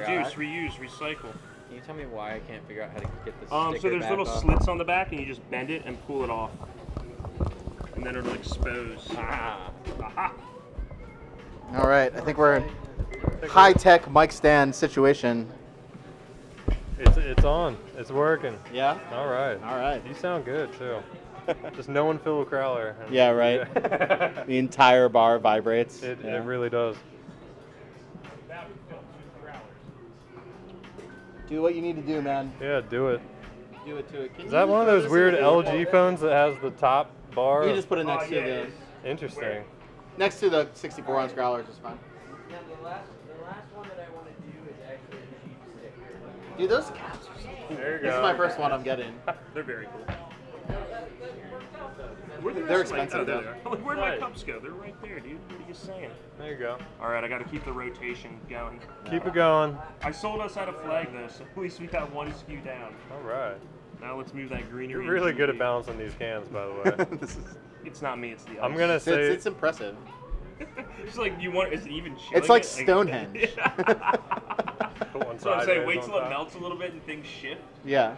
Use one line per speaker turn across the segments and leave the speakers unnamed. Reduce, reuse, recycle.
Can you tell me why I can't figure out how to get this
Um, so
sticker
there's
back
little
off?
slits on the back, and you just bend it and pull it off, and then it'll expose.
Ah.
Aha!
All right, I think we're in high tech mic stand situation.
It's it's on. It's working.
Yeah.
All right.
All right.
You sound good too. Just no one Phil Crowler. and-
Yeah, right.
Yeah.
The entire bar vibrates.
it,
Yeah.
it really does.
do what you need to do, man.
Yeah, do it.
Do it to it. Can
Is
you
that
just
one of
throw
those
this
weird
in the-
LG phones that has the top bar?
You just put it next
Oh,
to
yeah,
the
it's-
Interesting.
Where?
next to the 64 ounce growlers is fine.
Now, the last, the last one that I want to do is actually a cheap sticker.
Dude, those caps are so cool.
There you
This is
go.
my first one I'm getting.
They're very cool. Where did
They're
this light-
expensive,
oh, there
though.
they are. Where'd my
Right.
cups go? They're right there, dude. What are you saying?
There you go.
All right, I got to keep the rotation going.
Keep it going.
I sold us out of flag though, so at least we got one skew down.
All right.
Now let's move that greenery.
You're really
into
good at
the-
balancing these cans, by the way.
this is,
It's not me. It's the. Ice.
I'm gonna
it's, it's,
say
it's impressive.
it's like you want. Is it even? Chilling
It's like
it?
Stonehenge.
put one
That's what I'm saying.
sideways
Wait
on
till it
top.
melts a little bit and things shift.
Yeah.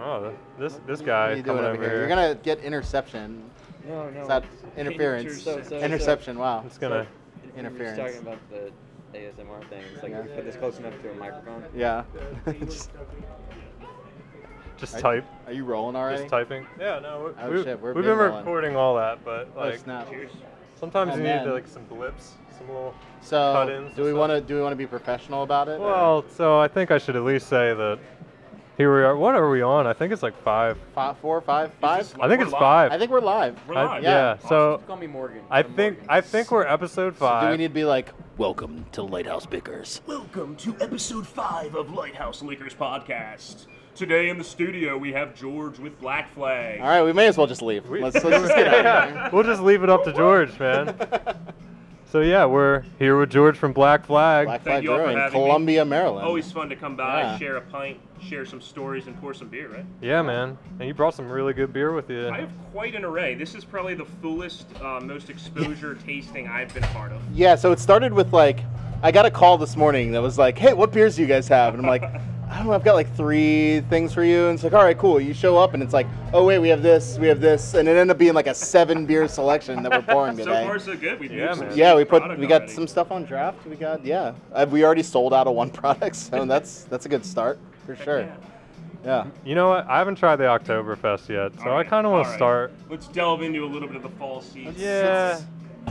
Oh, th- this this
What are
guy
you doing
coming
over
over
here? You're gonna get interception.
No, no.
Is that interference?
So- so-
Interception. Wow.
It's gonna.
interference.
We're just talking about the ASMR thing. It's like
Yeah.
if you put this close enough to a microphone.
Yeah. Just-
Just
Are-
type.
Are you rolling already?
Just typing. Yeah, no. We,
Oh,
we,
shit, we're
we've
big
been
rolling.
recording all that, but
Oh,
like
snap.
Cheers.
sometimes
Oh,
you
man.
need like some blips, some little.
So,
cut-ins
do
and
we
stuff.
want to do we want to be professional about it? or-
Well, so I think I should at least say that here we are. What are we on? I think it's like five.
Fi- four, five, five.
this
I think
We're
it's
live.
five.
I think we're live.
We're
I-
live.
yeah.
Awesome.
So
Just call me Morgan.
I
I'm
think
Morgan.
I think we're episode
So
five.
do we need to be like?
Welcome to Lighthouse Bickers.
Welcome to episode five of Lighthouse Liquors Podcast. Today in the studio we have George with Black Flag.
All right, we may as well just leave.
We-
Let's, let's just get out of here.
we'll just leave it up to George, man. So yeah, we're here with George from Black Flag.
Black
Thank
Flag
you all for
Brewing,
having me.
Columbia, Maryland.
Always fun to come by,
Yeah.
share a pint, share some stories, and pour some beer, right?
Yeah, man. And you brought some really good beer with you.
I have quite an array. This is probably the fullest, uh, most exposure tasting I've been a part of.
Yeah, so it started with like, I got a call this morning that was like, hey, what beers do you guys have? And I'm like, I don't know, I've got like three things for you. And it's like, all right, cool. You show up and it's like, oh, wait, we have this, we have this. And it ended up being like a seven beer selection that we're pouring
So
today.
far, so good. We've
Yeah,
moved some
man.
yeah, we
sweet
put
product
we got
already.
some stuff on draft. We got yeah. Uh, we already sold out of one product, so that's that's a good start for sure.
Yeah.
Yeah.
You know what? I haven't tried the Oktoberfest yet, so
All
I
right,
kind of want
all
to
right.
start.
Let's delve into a little bit of the fall season.
Yeah.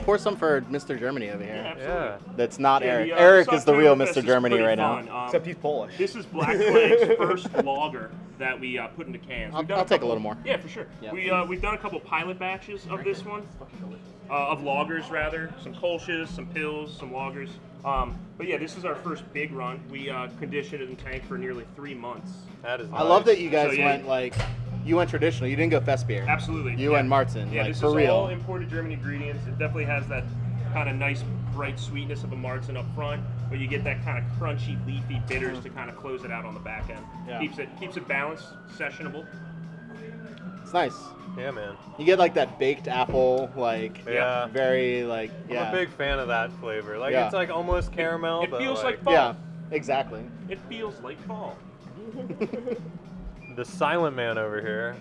Pour some for Mr. Germany over here.
Yeah.
That's not
Yeah,
Eric.
the, uh,
Eric
this
is the real
Oktoberfest
Mr.
is
Germany
pretty
right
fun.
now.
Um,
Except he's Polish.
This is Black Flag's first lager that we uh, put into cans.
I'll-
We've done
I'll take a
couple-
little more.
Yeah, for sure.
Yeah.
We uh, we've done a couple pilot batches of this one, uh, of lagers rather, some Kolsch's, some pills, some lagers. Um, but yeah, this is our first big run. We uh, conditioned it and tanked for nearly three months.
That is.
I love that you guys
So, yeah.
went like you went traditional. You didn't go fest beer.
Absolutely.
You
yeah.
and Martin,
Yeah,
like
this
for
is
real.
all imported German ingredients. It definitely has that kind of nice, bright sweetness of a Martin up front, but you get that kind of crunchy, leafy bitters to kind of close it out on the back end.
Yeah.
Keeps it keeps it balanced, sessionable.
It's nice.
Yeah, man.
You get like that baked apple, like
Yeah.
very like yeah.
I'm a big fan of that flavor. Like
Yeah.
it's like almost caramel.
It
but
feels like, fall.
yeah, exactly.
It feels like fall.
the Silent Man over here.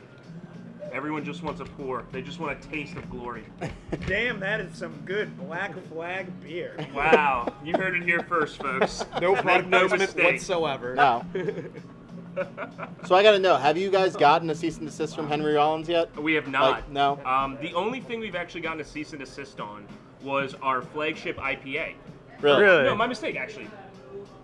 Everyone just wants a pour. They just want a taste of glory.
Damn, that is some good black flag beer.
Wow, you heard it here first, folks.
No
Make
product
no
placement
mistake.
whatsoever.
Now, so I gotta know: Have you guys gotten a cease and desist from Henry Rollins yet?
We have not.
Like, no.
Um, the only thing we've actually gotten a cease and desist on was our flagship IPA.
Really?
Really?
No, my mistake actually.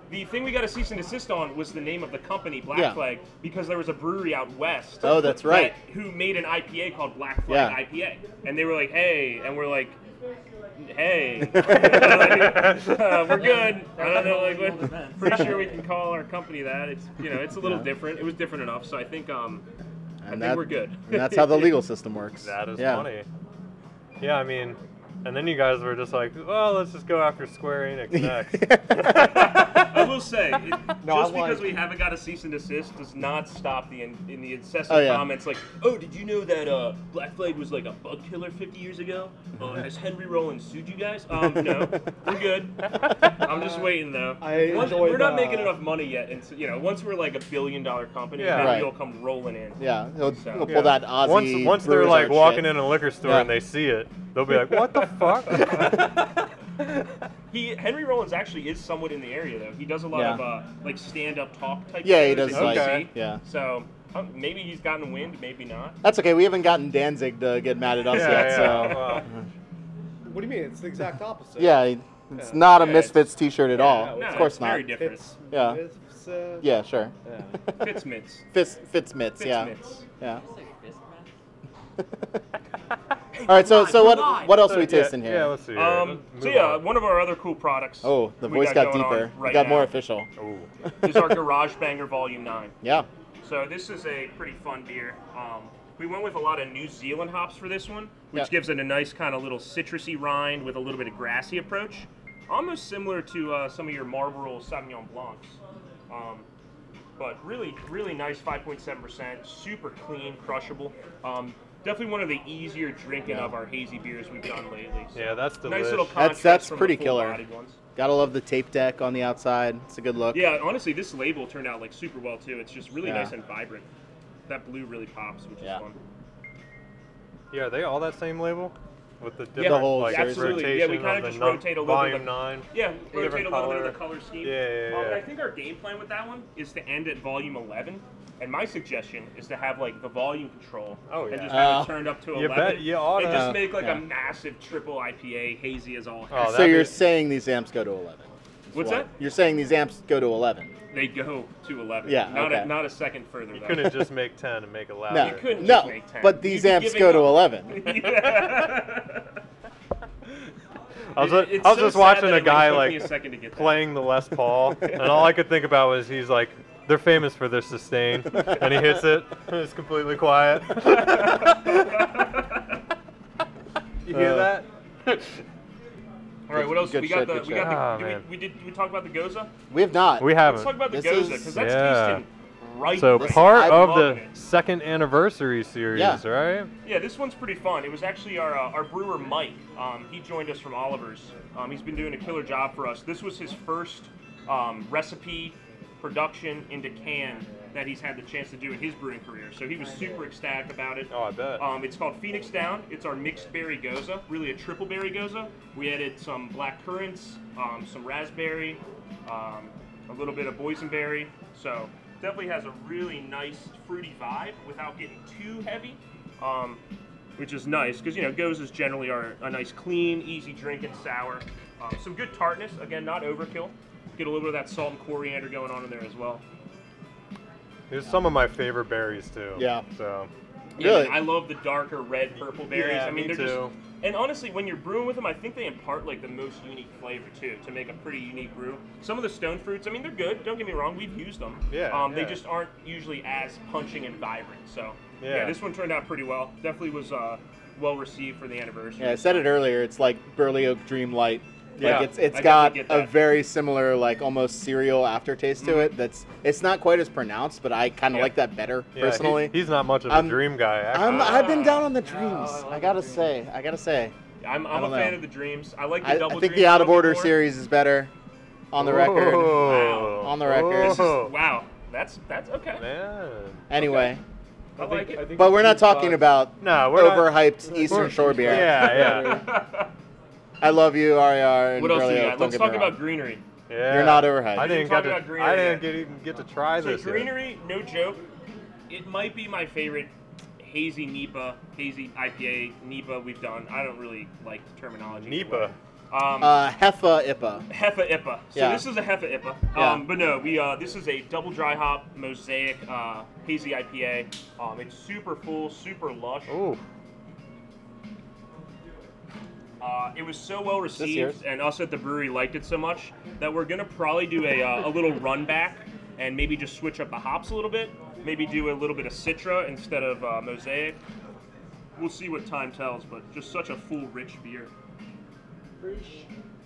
The thing we got a cease and desist on was the name of the company, Black
Yeah.
Flag, because there was a brewery out west.
Oh, that's
that-
right.
who made an IPA called Black Flag IPA, and they were like, "Hey," and we're like, "Hey, Like, uh, we're good." I don't know, like, what, pretty sure we can call our company that. It's you know, it's a little
Yeah.
different. It was different enough, so I think um, I think
And that-
we're good.
and that's how the legal system works.
That is
yeah.
funny. Yeah, I mean, and then you guys were just like, well, let's just go after Square Enix next.
I will say,
No,
it, just
I like-
because we haven't got a cease and desist does not stop the in, in the incessant
Oh, yeah.
comments like, "Oh, did you know that uh, Black Flag was like a bug killer 50 years ago? Uh, has Henry Rollins sued you guys? Um, no, we're good. I'm just waiting though.
I
once,
enjoyed,
we're not
uh,
making enough money yet, and so, you know, once we're like a billion dollar company,
Yeah.
yeah,
Right.
will come rolling in.
Yeah, he'll,
So-
he'll
Yeah.
pull that Aussie.
once once they're
Brewers
like
Art
walking
shit.
in a liquor store
Yeah.
and they see it, they'll be like, "What the fuck?"
He Henry Rollins actually is somewhat in the area though. He does a lot
Yeah.
of uh, like stand up talk type.
Yeah, he
shows
does,
at
like,
UC.
yeah.
So um, maybe he's gotten wind, maybe not.
That's okay. We haven't gotten Danzig to get mad at us yet, so
well,
What do you mean? It's the exact opposite.
yeah, he- it's not a
Yeah, it's-
Misfits T-shirt at all.
no,
No,
Oh, of course
it's
not.
Very different.
It's,
Yeah.
It's, uh,
Yeah, sure.
yeah.
Fitz mitts.
Fitz, Fitz mitts,
Fitz
yeah,
mitts.
yeah.
Hey,
All right, so
come
so
on,
what
come on.
what else are we
yeah,
tasting here?
Yeah, let's see.
Um, so yeah, one of our other cool products.
oh, the
we
voice got,
going on
deeper. It
Right
got more
now
official.
is our Garage Banger Volume Nine.
Yeah.
So this is a pretty fun beer. Um, we went with a lot of New Zealand hops for this one, which
Yeah.
gives it a nice kind of little citrusy rind with a little bit of grassy approach, almost similar to uh, some of your Marlboro Sauvignon Blancs. Um, but really, really nice, 5.7%, super clean, crushable. Um, definitely one of the easier drinking
Yeah.
of our hazy beers we've done lately. So
yeah, that's
nice little
delicious.
contrast
that's
from the
pretty killer.
full-bodied ones.
Gotta love the tape deck on the outside. It's a good look.
Yeah, honestly, this label turned out like super well too. It's just really
Yeah.
nice and vibrant. That blue really pops, which
Yeah.
is fun.
Yeah, are they all that same label? With the different
the
whole
like,
series.
Absolutely.
rotation
Yeah, we
kind of
kinda just
num-
rotate a little
volume
bit.
nine.
Yeah, rotate
different
a little bit
color.
of the color scheme.
Yeah, yeah, yeah,
Um,
yeah.
I think our game plan with that one is to end at volume 11. And my suggestion is to have like the volume control
Oh,
and
yeah.
just have
Oh.
it turned up to
You
11.
bet you oughta.
And just make like
Yeah.
a massive triple IPA, hazy as all.
Oh,
hell.
so
that'd
you're
be-
saying these amps go to 11? That's
What's
why-
that?
You're saying these amps go to 11?
They go to 11.
Yeah,
Not,
okay.
a, not a second further.
You
though.
couldn't just make ten and make it louder.
No,
Uh, You couldn't
no,
just make 10.
but these
You'd be
amps
giving
go to
up.
11.
I was, ju-
It's
I was
so
just
sad
watching
that
a
it, like,
guy
took
like
me a second to get that.
playing the Les Paul, and all I could think about was he's like, they're famous for their sustain, and he hits it, and it's completely quiet. you hear
Uh,
that?
All right, what else?
Good
we
shit,
got the
good
we got
shit.
the
Ah,
did
man.
we, we did did we talk about the goza?
We have not.
We
Let's talk
haven't.
about the
This
goza
is-
because that's
Yeah.
tasting right.
So
right
part
now. I'm
of the
loving it.
second anniversary series,
Yeah.
right?
yeah, this one's pretty fun. It was actually our uh, our brewer Mike. Um, he joined us from Oliver's. Um, he's been doing a killer job for us. This was his first um, recipe production into can that he's had the chance to do in his brewing career. So he was super ecstatic about it.
Oh, I bet.
Um, it's called Phoenix Down. It's our mixed berry goza, really a triple berry goza. We added some black currants, um, some raspberry, um, a little bit of boysenberry. So definitely has a really nice fruity vibe without getting too heavy, um, which is nice because you know gozas generally are a nice, clean, easy drinking sour. Um, some good tartness, again, not overkill. Get a little bit of that salt and coriander going on in there as well.
There's some of my favorite berries too.
Yeah.
So
Yeah,
Really?
I love the darker red purple berries.
Yeah,
I mean,
me
they're
too.
just. And honestly, when you're brewing with them, I think they impart like the most unique flavor too to make a pretty unique brew. Some of the stone fruits, I mean, they're good. Don't get me wrong, we've used them.
Yeah,
Um,
yeah.
They just aren't usually as punching and vibrant. So
Yeah.
this one turned out pretty well. Definitely was uh, well received for the anniversary.
yeah, I said it earlier. It's like Burley Oak Dream Light.
Yeah,
like it's it's
I
got
definitely get
a
that. Mm.
very similar like almost cereal aftertaste to it. That's it's not quite as pronounced, but I kind of
Yeah.
like that better
yeah,
personally.
he- he's not much of a
I'm-
dream guy.
I'm,
Actually.
I've been
Ah.
down on the
No, I
dreams.
like
I
the
gotta
dreams.
say, I gotta say,
I'm,
I
I'm a
don't
fan
know.
of the dreams. I like the
I, I
double.
think the
dreams
out of
from
order
before.
series is better. On the record,
Whoa.
On the record. This is-
Whoa.
Wow, that's that's okay.
Man.
anyway,
I like it.
but we're not talking about
No, we're not-
overhyped Eastern Shore beer.
Yeah, yeah,
I love you, RER. And
what else do
Burley
we
Oak,
got?
don't
Let's
get
talk
me wrong.
about greenery.
yeah.
You're not overhyped.
I
We
didn't
didn't
get
talk
to.
about greenery
I didn't
yet.
get even get to try
So
this. yet.
greenery, no joke. It might be my favorite hazy NEPA, hazy IPA NEPA E we've done. I don't really like the terminology.
Nipa.
Um,
Uh, Heffa Ipa.
Heffa IPA. So
yeah.
this is a Heffa IPA.
Yeah.
Um, but no, we uh, this is a double dry hop mosaic uh, hazy IPA. Um, it's super full, super lush.
Ooh.
Uh, it was so well
yours?
received, and us at the brewery liked it so much that we're gonna probably do a, uh, a little run back and maybe just switch up the hops a little bit. Maybe do a little bit of Citra instead of uh, Mosaic. We'll see what time tells, but just such a full, rich beer.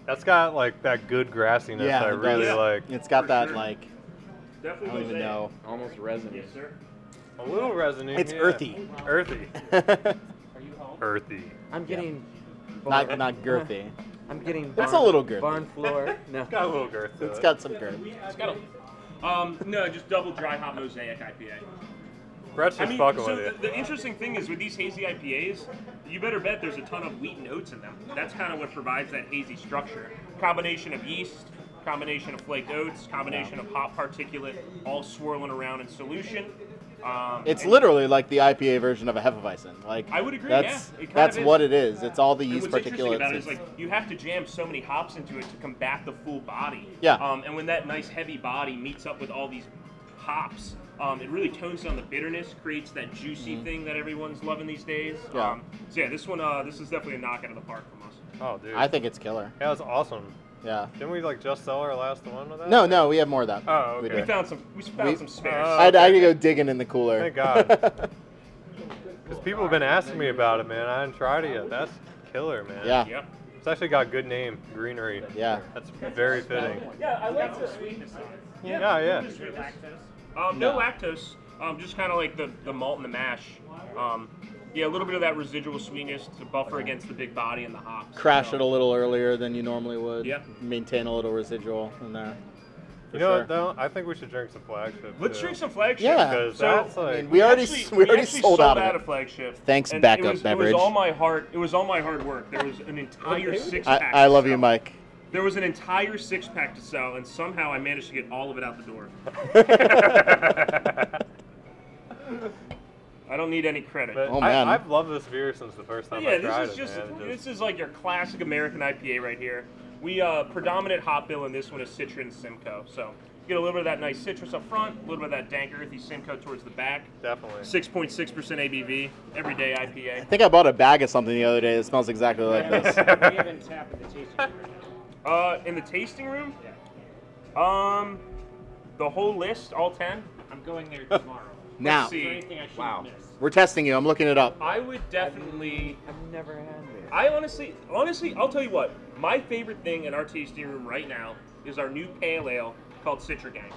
That's got like that good grassiness
yeah,
I
it does.
really
Yeah.
like.
It's got
For
that
sure.
like I
Definitely
don't even
mosaic.
know.
Almost resin.
Yes, sir.
A little resiny.
It's
yeah.
earthy.
Earthy. Earthy.
I'm getting.
not not girthy.
I'm getting.
It's a
barn-
little girthy.
Barn floor. No.
It's got a little girth. To
It's
it.
got some girth.
Um, no, just double dry hop mosaic IPA.
Brett's
I
just
mean,
fucking
so
with
the,
you.
the interesting thing is with these hazy IPAs, you better bet there's a ton of wheat and oats in them. That's kind of what provides that hazy structure. Combination of yeast, combination of flaked oats, combination of hop particulate, all swirling around in solution. Um,
It's
and-
literally like the IPA version of a Hefeweizen. Like
I would agree,
That's
yeah. It kind
that's
of is.
what it is. It's all the
And
yeast
what's interesting
particulates.
about it is
It's-
like you have to jam so many hops into it to combat the full body.
Yeah.
Um, and when that nice heavy body meets up with all these hops, um, it really tones down the bitterness, creates that juicy
Mm-hmm.
thing that everyone's loving these days.
Yeah.
Um, so yeah, this one, uh, this is definitely a knock out of the park from us.
Oh, dude.
I think it's killer.
that was awesome.
Yeah.
Didn't we like just sell our last one of that?
No, no, we have more of that.
Oh,
We
okay.
We
do.
found some. We found
We-
some spares.
Uh,
I had, I had to go digging in the cooler.
Thank God. Because people have been asking me about it, man. I haven't tried it yet. That's killer, man.
yeah.
yep.
It's actually got a good name, Greenery.
Yeah.
That's very fitting.
Yeah, I like the sweetness on it.
Yeah, yeah.
Um, no. lactose. Um, just kind of like the, the malt and the mash. Um, yeah, a little bit of that residual sweetness to buffer against the big body and the hops.
Crash
So-
it a little earlier than you normally would.
Yeah.
Maintain a little residual in there. For
You know
sure.
what, though? I think we should drink some flagship.
Let's
too.
drink some flagship.
Yeah.
Because
So,
that's like.
I mean, we already
actually-
s- we already
actually
sold out of it.
of flagship.
Thanks,
and
backup
it was,
beverage.
It was all my heart. It was all my hard work. There was an entire six
I,
pack.
I love you, Mike.
There was an entire six pack to sell, and somehow I managed to get all of it out the door.
Oh,
I don't need any credit. Oh,
but
Oh, man.
I, I've loved this beer since the first time I
yeah,
tried
this is
it.
just
man. It
this is like your classic American IPA right here. We uh, predominant hop bill in this one is Citra and Simcoe. So you get a little bit of that nice citrus up front, a little bit of that dank earthy Simcoe towards the back.
definitely.
6.6% ABV, everyday IPA.
I think I bought a bag of something the other day that smells exactly like this.
Uh, in the tasting room? Um, the whole list, all ten.
I'm going there tomorrow.
now,
Let's see.
Anything I should
Wow.
miss.
we're testing you. I'm looking it up.
I would definitely.
I've never had this.
I honestly, honestly, I'll tell you what. My favorite thing in our tasting room right now is our new pale ale called Citra Gang.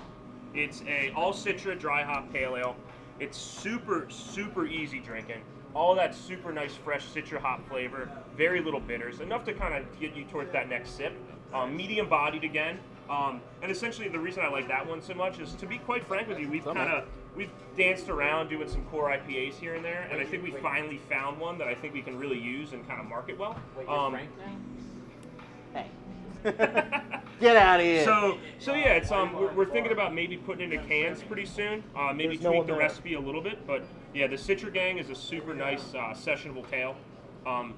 It's a all Citra dry hop pale ale. It's super, super easy drinking. All that super nice fresh Citra hop flavor, very little bitters, enough to kind of get you towards that next sip. Um, medium bodied again. Um, and essentially, the reason I like that one so much is, to be quite frank with you, we've
Somewhat.
kind of we've danced around doing some core IPAs here and there, and I think we finally found one that I think we can really use and kind of market well. Um,
Get out of here.
so, so yeah, it's um, we're, we're thinking about maybe putting it into cans pretty soon. Uh, maybe
There's no
tweak
one
the
there.
recipe a little bit, but yeah, the Citra Gang is a super nice uh, sessionable tale. Um,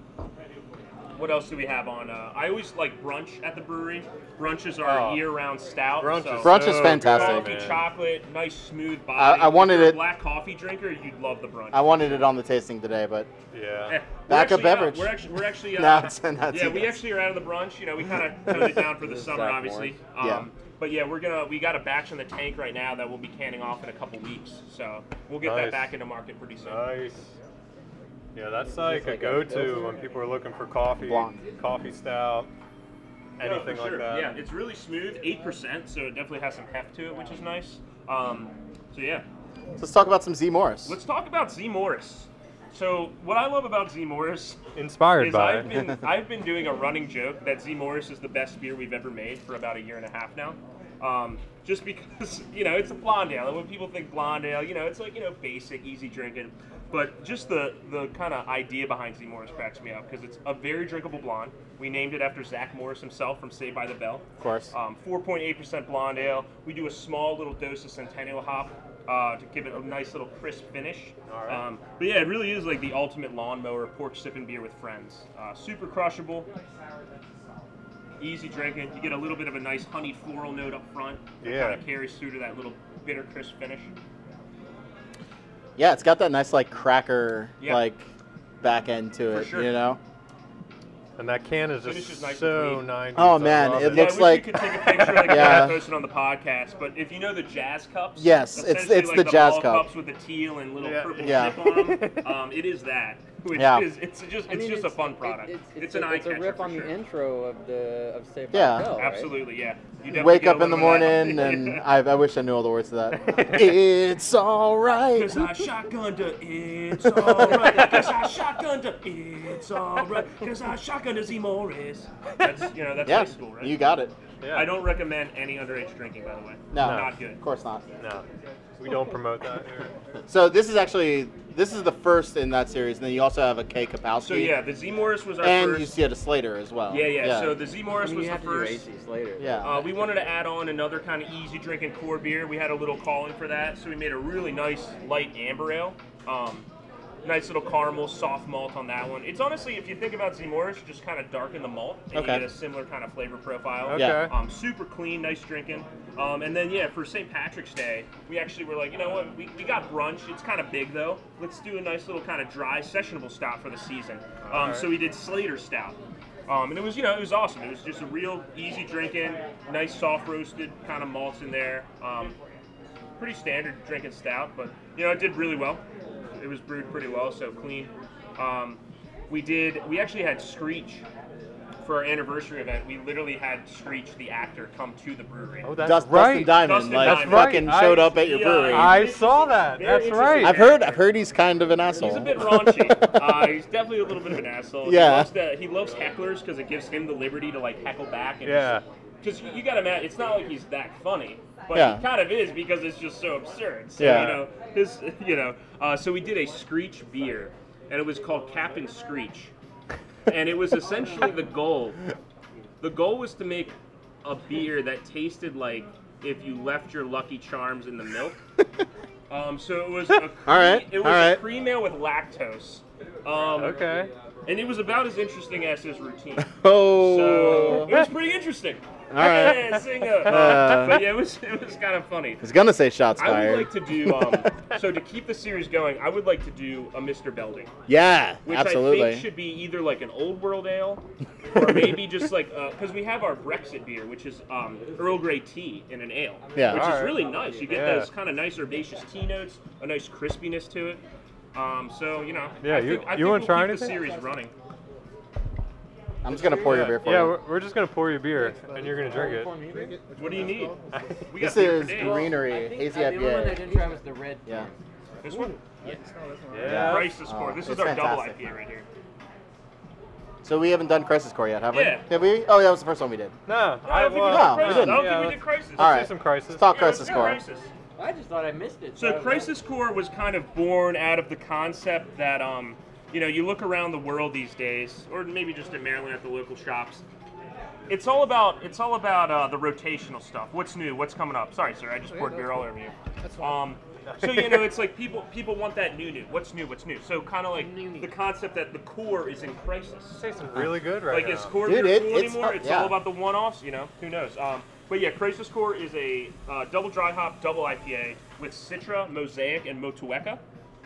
what else do we have on? Uh, I always like brunch at the brewery. Brunch is our
Oh.
year-round stout.
Brunch
so-
is
Brunch is
so
fantastic.
coffee,
Good, man.
chocolate, nice smooth body.
I wanted
if you're a
it-
Black coffee drinker, you'd love the brunch.
I wanted it on the tasting today, but
Eh,
Yeah.
we're
Back up
actually out.
beverage.
We're actually, we're actually, uh,
No, it's- no, it's
yeah, we
okay.
actually are out of the brunch. You know, we kind of toned it down for the
This is
summer,
Zach
obviously. Um,
Yeah.
But yeah, we're gonna we got a batch in the tank right now that we'll be canning off in a couple weeks. So we'll get that
Nice.
back into market pretty soon.
Nice. Yeah, that's like a go-to when people are looking for coffee,
Blonde.
coffee stout,
No,
anything
for
like
sure.
that.
Yeah, it's really smooth, eight percent, so it definitely has some heft to it, which is nice. Um, so yeah,
let's talk about some Z Morris.
let's talk about Z Morris. So what I love about Z Morris
Inspired
is
by
I've
it.
been I've been doing a running joke that Z Morris is the best beer we've ever made for about a year and a half now. Um, just because you know it's a blonde ale, and when people think blonde ale, you know it's like you know basic, easy drinking. But just the the kind of idea behind Z Morris cracks me up because it's a very drinkable blonde. We named it after Zach Morris himself from Saved by the Bell.
Of course.
Um, 4.8% blonde ale. We do a small little dose of Centennial hop uh, to give it a nice little crisp finish.
All right.
Um, but yeah, it really is like the ultimate lawnmower porch sipping beer with friends. Uh, super crushable, easy drinking. You get a little bit of a nice honeyed floral note up front.
Yeah.
Kind of carries through to that little bitter crisp finish.
Yeah, it's got that nice like cracker
Yeah.
like back end to
For
it,
sure.
you know.
and that can is
Finish is
just
nice and
so
clean.
nice.
Oh, man, it
Yeah, I
looks
wish
like-
we could take a picture of the yeah.
Yeah.
posted on the podcast. But if you know the jazz cups,
Yes, it's-
essentially
it's
like
the jazz
ball
cup.
cups with the teal and little
Yeah.
purple
Yeah.
tip on them. Um, it is that. which
Yeah.
is it's just it's
I mean,
just a fun
it-
product.
It's, it's,
an
a,
eye
It's a
catcher
rip
for
on
sure.
the intro of the of Saved
Yeah.
by the Bell. right?
Absolutely, yeah. You definitely
Wake
get a
up in the
little bit of
morning,
that.
and I, I wish I knew all the words to that. it's all right.
Cause I shotgunned to it's alright. Cause I shotgunned to it's alright. Cause I shotgunned to Z Morris. That's you know that's
Yeah,
high school, right?
you got it.
Yeah.
I don't recommend any underage drinking, by the way.
No,
not good.
Of course not.
No, we don't promote that here.
So this is actually this is the first in that series, and then you also have a K Kapowski.
So yeah, the Z Morris was our
and
first.
you see it a Slater as well.
yeah, yeah, So the Z
I
Morris
mean,
was
you
the
have to do
first.
Aces later.
yeah.
Uh, we wanted to add on another kind of easy drinking core beer. We had a little calling for that, so we made a really nice light amber ale. Um, nice little caramel, soft malt on that one. It's honestly, if you think about Z Morris, you just kind of darken the malt and
Okay.
you get a similar kind of flavor profile.
Okay.
Yeah.
Um, super clean, nice drinking. Um, and then yeah, for St. Patrick's Day, we actually were like, you know what? We, we got brunch. It's kind of big though. Let's do a nice little kind of dry sessionable stout for the season. Um, So we did Slater Stout. Um, and it was, you know, it was awesome. It was just a real easy drinking, nice soft roasted kind of malts in there. Um, pretty standard drinking stout, but you know it did really well. It was brewed pretty well, so clean. Um, we did. We actually had Screech for our anniversary event. We literally had Screech, the actor, come to the brewery. uh,
Oh, that's
Dust,
right.
Dustin Diamond
Dustin
like
Diamond.
fucking
That's right.
showed
I- uh,
up at your
Yeah.
brewery.
I-
I saw that.
Very
That's
interesting.
right.
I've heard I've heard he's kind of an asshole.
He's a bit raunchy. Uh, he's definitely a little bit of an asshole.
Yeah.
He loves, to, he loves hecklers because it gives him the liberty to like heckle back. And
Yeah.
Because you, you got to imagine, it's not like he's that funny, but
Yeah.
he kind of is because it's just so absurd. So,
Yeah.
You know, his, you know. Uh, so we did a Screech beer, and it was called Captain Screech, and it was essentially the goal. The goal was to make a beer that tasted like if you left your Lucky Charms in the milk. Um, so it was a
All right,
it was
all right.
a cream ale with lactose. Um,
Okay.
uh,
And it was about as interesting as his routine. So
Oh,
it was pretty interesting.
All right.
Yeah, sing up.
Uh.
but yeah, it was it was kind of funny.
he's gonna say shots
I
fired.
would like to do um, so to keep the series going. I would like to do a Mr. Belding,
yeah,
which I think
absolutely.
should be either like an old world ale, or maybe just like because we have our Brexit beer, which is um, Earl Grey tea in an ale,
Yeah.
which
All right.
is really nice. You get
Yeah.
those kind of nice herbaceous tea notes, a nice crispiness to it. Um, so you know,
Yeah,
I
you-
think, I
you
think
wanna
we'll
try
keep the
anything?
series running.
I'm just gonna pour your beer for
yeah,
you.
we're, we're just gonna pour your beer and you're gonna drink it.
For me, drink it.
What do you need? We got
This
beer
is
for days.
greenery,
I think,
hazy
uh, the only one I
IPA.
didn't try was the red.
Yeah,
This one,
Yeah.
Crisis Core.
Oh,
This is
it's
our
fantastic.
double IPA right here.
so we haven't done Crisis Core yet, have we?
Yeah.
Have we? Oh, yeah, that was the first one we did.
No,
I
I
don't think we
was.
did Crisis.
No, we didn't.
I don't
Yeah,
think we
let's-
did Crisis.
All
let's
right.
do some crisis.
Let's talk
Yeah, let's
Crisis
do
Core.
Crisis.
I just thought I missed it.
So
I-
Crisis Core was kind of born out of the concept that um, you know, you look around the world these days, or maybe just in Maryland at the local shops. It's all about it's all about uh, the rotational stuff. What's new? What's coming up? Sorry, sir, I just poured beer all over you. Um, so you know, it's like people people want that new new. What's new? What's new? So kind of like the concept that the core is in crisis.
Say some really good right
Like is
now.
core
Dude,
beer
it-
cool
it's
anymore?
hard-
it's
yeah.
all about the one-offs, you know. Who knows? Um, but yeah, Crisis Core is a uh, double dry hop, double IPA with Citra, Mosaic, and Motueka.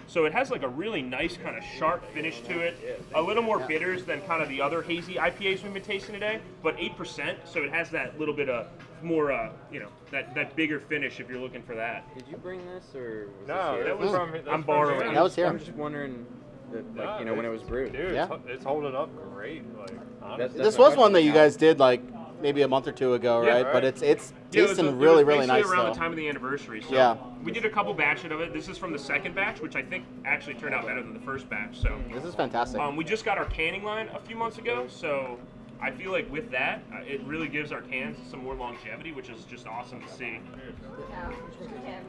So it has like a really nice kind of sharp finish to it. A little more bitters than kind of the other hazy IPAs we've been tasting today, but eight percent. So it has that little bit of more, uh, you know, that that bigger finish if you're looking for that.
Did you bring this or was
No,
this
that was from. That's
Mm. I'm
from
borrowing.
here.
That was
here?
here.
I'm just wondering, the, like, you know, when it was brewed.
Dude,
Yeah.
it's, ho- it's holding up great. Like,
That's-
honestly.
that's
This
my
was one
question.
that you guys did like maybe a month or two ago,
Yeah,
right?
right.
But it's it's
Yeah, it was-
tasting
it was
really really
basically
nice
around
though.
the time of the anniversary. So
Yeah.
we did a couple batches of it. This is from the second batch, which I think actually turned out better than the first batch. So
This is fantastic.
um, we just got our canning line a few months ago. So I feel like with that, uh, it really gives our cans some more longevity, which is just awesome to see.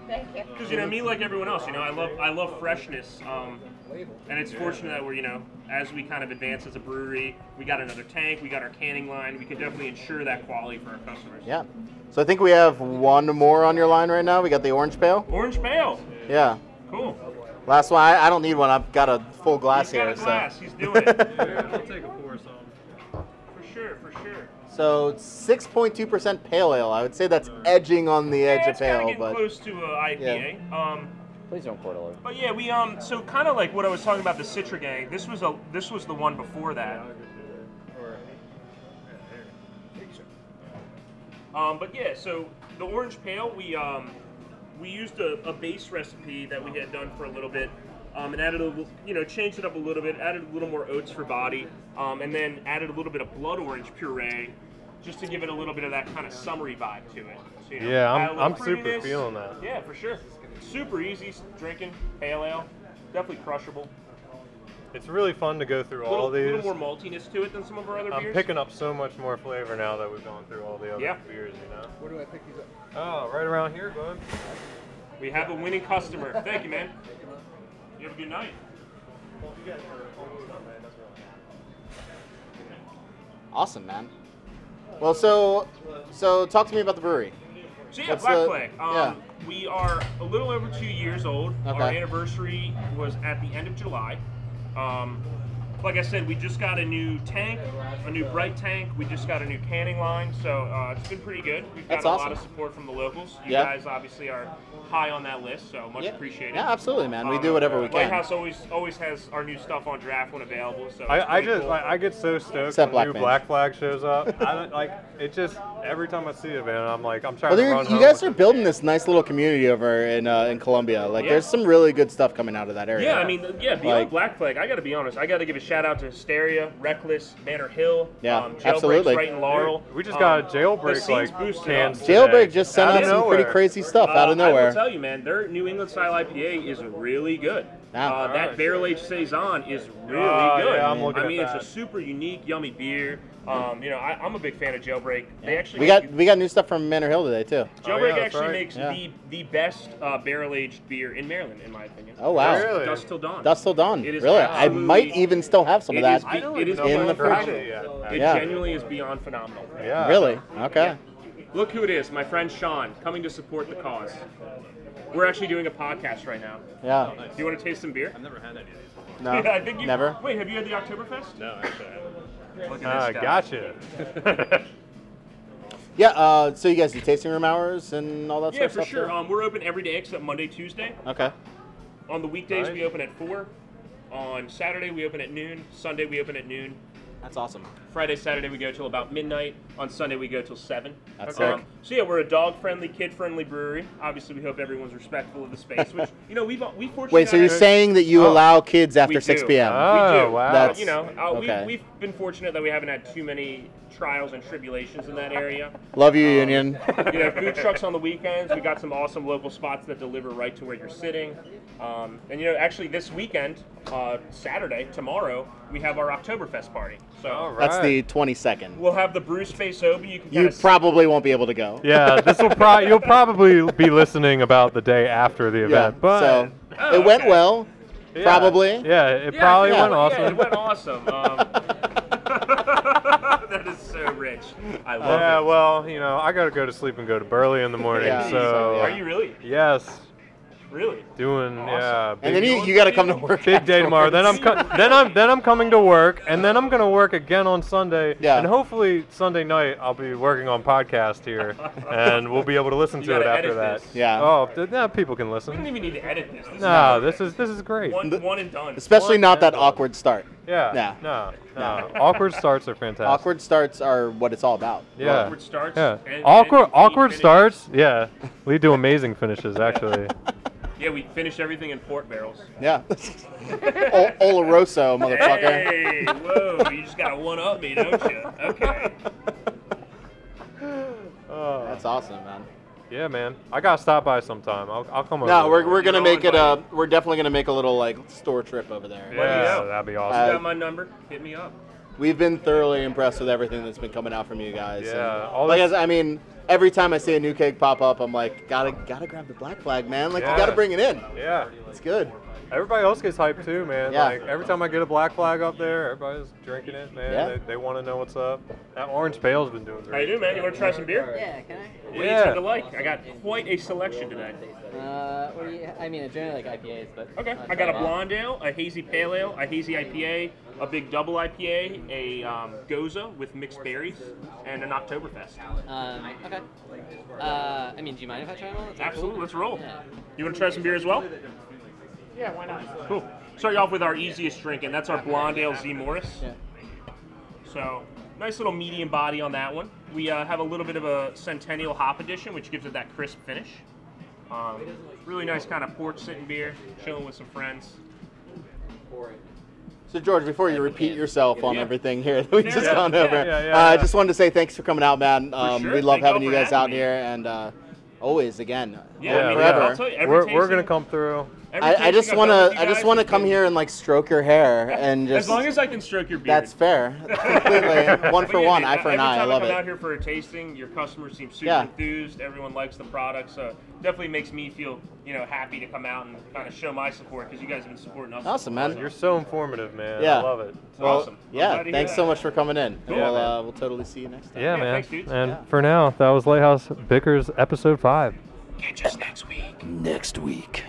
Thank you.
Because you know me, like everyone else, you know I love I love freshness. Um, and it's fortunate that we're you know as we kind of advance as a brewery, we got another tank, we got our canning line, we can definitely ensure that quality for our customers.
yeah. So I think we have one more on your line right now. We got the orange pale.
Orange Mail,
Yeah.
cool.
Last one. I, I don't need one. I've got a full glass
He's
here.
got a glass.
So.
He's doing it.
I'll take a pour some.
For sure, for sure.
So it's 6.2% pale ale. I would say that's edging on the edge
yeah,
of
it's kinda
pale,
getting
but
close to a IPA. Um,
Please don't pour it all over.
but yeah, we um, so kind of like what I was talking about the Citra gang. This was a this was the one before that. Um, but yeah, so the orange pale, we um, we used a, a base recipe that we had done for a little bit. um, and added a little- you know changed it up a little bit, added a little more oats for body, um, and then added a little bit of blood orange puree, just to give it a little bit of that kind of summery vibe to it. So, you know,
Yeah, I'm-
add a little
I'm super
fruitiness.
feeling that.
Yeah, for sure. Super easy s- drinking pale ale, definitely crushable.
It's really fun to go through
A little,
all these.
little more maltiness to it than some of our other
I'm
beers.
picking up so much more flavor now that we've gone through all the other
Yeah.
beers, you know.
Where do I pick these up?
Oh, right around here, bud.
We have a winning customer. Thank you, man. You have a good night.
Awesome, man. Well, so so talk to me about the brewery.
So yeah,
What's
Black
the-
Flag. Um,
yeah.
We are a little over two years old. Our
Okay.
anniversary was at the end of July. Um, like I said, we just got a new tank, a new bright tank. We just got a new canning line, so uh, it's been pretty good. We've got
That's
a lot
awesome.
of support from the locals. You
Yeah.
guys obviously are high on that list, so much
Yeah.
appreciated.
Yeah, absolutely, man. We
Um,
do whatever we can.
Lighthouse always always has our new stuff on draft when available. So it's
I, I
pretty
just
cool.
I, I get so stoked
Except
when
Black
new
Man.
Black Flag shows up. I don't- like it just every time I see it, man. I'm like I'm trying
Well,
to
there-
run.
you
home
guys
with
are
it.
building this nice little community over in uh, in Colombia. Like,
Yeah.
there's some really good stuff coming out of that area.
Yeah, I mean, yeah, beyond
Like-
Black Flag, I got to be honest. I got to give a shout out to Hysteria, Reckless, Manor Hill,
Yeah,
um, Jailbreak's
absolutely.
right in Laurel.
We just got
Um,
a jailbreak
the scene's
like
boosted
cans.
up.
Jailbreak
today.
just sent
Out
out
of
some pretty
nowhere.
crazy stuff out of
Uh, I
nowhere.
will tell you, man, their New England style IPA is really good.
Yeah.
Uh, that barrel aged saison is really
Oh,
good.
yeah, I'm looking
I
at
mean,
that.
it's a super unique, yummy beer. Um, you know, I, I'm a big fan of Jailbreak. They actually
we got we got new stuff from Manor Hill today too.
Oh,
Jailbreak
yeah, that's
actually
right.
makes
Yeah.
the the best uh, barrel aged beer in Maryland, in my opinion.
Oh wow,
Really?
Dust till dawn.
Dust till dawn.
It is
Really, I might
absolutely-
even still have some of
It is
that.
be-
don't
it
even
is
know if
in
I
the
tried
fridge.
it yet.
It
Yeah.
genuinely is beyond phenomenal.
Yeah.
really? Okay.
Look who it is, my friend Sean, coming to support the cause. We're actually doing a podcast right now.
Yeah.
Do you want to taste some beer?
No.
Yeah, I think you,
never.
Wait, have you had the Oktoberfest? No, actually I haven't. Look at
Ah,
this guy.
Oh,
gotcha.
Yeah. Uh, so you guys do tasting room hours and all that
Yeah,
sort of
for
stuff.
sure.
too?
Um, we're open every day except Monday, Tuesday.
okay.
On the weekdays,
Nice.
we open at 4. On Saturday, we open at noon. Sunday, we open at noon.
That's awesome.
Friday, Saturday, we go till about midnight. On Sunday, we go till 7.
That's
Okay.
sick.
So yeah, we're a dog-friendly, kid-friendly brewery. Obviously, we hope everyone's respectful of the space, which you know we've we fortunately
Wait, so you're saying that you
Oh.
allow kids after
We
6
do.
p.m.
Oh,
we do.
wow.
But,
That's-
you know, uh,
okay.
we, we've been fortunate that we haven't had too many trials and tribulations in that area.
Love you,
Oh.
Union.
You know, food trucks on the weekends. We got some awesome local spots that deliver right to where you're sitting. Um, and you know, actually, this weekend, uh, Saturday, tomorrow, we have our Oktoberfest party. So
All right.
That's the 22nd.
we'll have the brew space open. You can
you
kinda sit-
probably won't be able to go.
Yeah, this will pro- you'll probably be listening about the day after the
Yeah,
event, but
so
Oh,
it went
okay.
well,
yeah.
probably.
Yeah, it
Yeah,
probably
yeah,
went
yeah,
awesome.
It went awesome. Um, that is so rich. I love
Yeah,
it.
well, you know, I gotta go to sleep and go to Burley in the morning,
Yeah.
so
Are you really?
yes,
Really?
doing yeah.
And
big-
then you, you got to come to work.
big day tomorrow. Then I'm
afterwards.
co- then I'm then I'm coming to work, and then I'm gonna work again on Sunday.
Yeah.
And hopefully Sunday night I'll be working on podcast here, and we'll be able to listen
You
to it
gotta
after
edit
that.
this.
Yeah.
Oh, th- yeah, people can
We don't
listen.
even need to edit this. this is
No, this is this is great.
one, one and done.
Especially not that
Yeah.
awkward start.
Yeah.
Nah.
No. No. Awkward starts are fantastic.
Awkward starts are what it's all about.
Yeah.
Awkward starts
Yeah.
and-
awkward
and
awkward
finishes.
starts. Yeah. We do amazing finishes actually.
Yeah, we finished everything in port barrels.
Yeah. o- Oloroso, motherfucker.
Hey, whoa, you just got to one up me, don't you? Okay.
That's awesome, man.
yeah, man. I gotta stop by sometime. I'll, I'll come over.
No, we're, we're gonna
You're
make
all
it a. We're definitely gonna make a little like store trip over there.
me
Yeah,
know.
that'd be
You
awesome.
got my number? Hit me up.
We've been thoroughly impressed with everything that's been coming out from you guys. and
Yeah, all
like
this-
I, I mean, every time I see a new cake pop up, I'm like, gotta gotta grab the black flag, man. Like
Yeah.
you gotta bring it in.
yeah.
It's good.
Everybody else gets hyped too, man.
Yeah.
Like every time I get a black flag up there, everybody's drinking it, man.
Yeah.
They, they want to know what's up. That orange pale's been doing
How
great.
you doing, man? You want to try some beer?
Yeah, can I?
What do you
Yeah.
tend to like? I got quite a selection today.
Uh, what do you, I mean, I generally like IPAs, but uh,
Okay,
I'll
I
try
got a
that.
blonde ale, a hazy pale ale, a hazy IPA, a big double IPA, a um, goza with mixed berries, and an Oktoberfest.
Um, okay. Uh, I mean, do you mind if I try one? Is that cool?
Absolutely, let's roll.
Yeah.
You want to try some beer as well?
Yeah, why not?
Cool. Start you off with our easiest drink, and that's our Blonde Ale Z Morris.
Yeah.
So, nice little medium body on that one. We uh, have a little bit of a Centennial Hop Edition, which gives it that crisp finish. Um, really nice kind of porch sitting beer, chilling with some friends.
boring.
So George, before you repeat yourself on
Yeah.
everything here that we
Yeah.
just gone over,
Yeah, yeah,
uh, I
yeah.
just wanted to say thanks for coming out, man. Um,
sure.
We love
Thank
having
y'all
you
for
guys out
having me.
here, and uh, always again,
Yeah,
I mean,
forever.
I'll tell you, every
We're,
tasting-
we're gonna come through.
every
I, I just
tasting I've
want
done with you
to. I
guys
just want to
has
come
been-
here and like stroke your hair and just.
As long as I can stroke your beard.
that's fair. Completely one
But
for
yeah,
one,
dude, e-
eye for
every
an eye.
time
I love
come out
it.
here for a tasting, your customers seem super
Yeah.
enthused. Everyone likes the product, so definitely makes me feel you know happy to come out and kind of show my support because you guys have been supporting us.
Awesome,
before,
man.
so
You're so informative, man.
Yeah.
I love it.
it's awesome. I'm glad
Yeah,
to hear
thanks
that.
so much for coming in.
Cool.
and we'll,
Yeah,
uh, we'll totally see you next time.
Yeah,
Yeah,
man.
thanks, dudes.
and
Yeah.
for now, that was Lighthouse Bickers episode five.
Next week.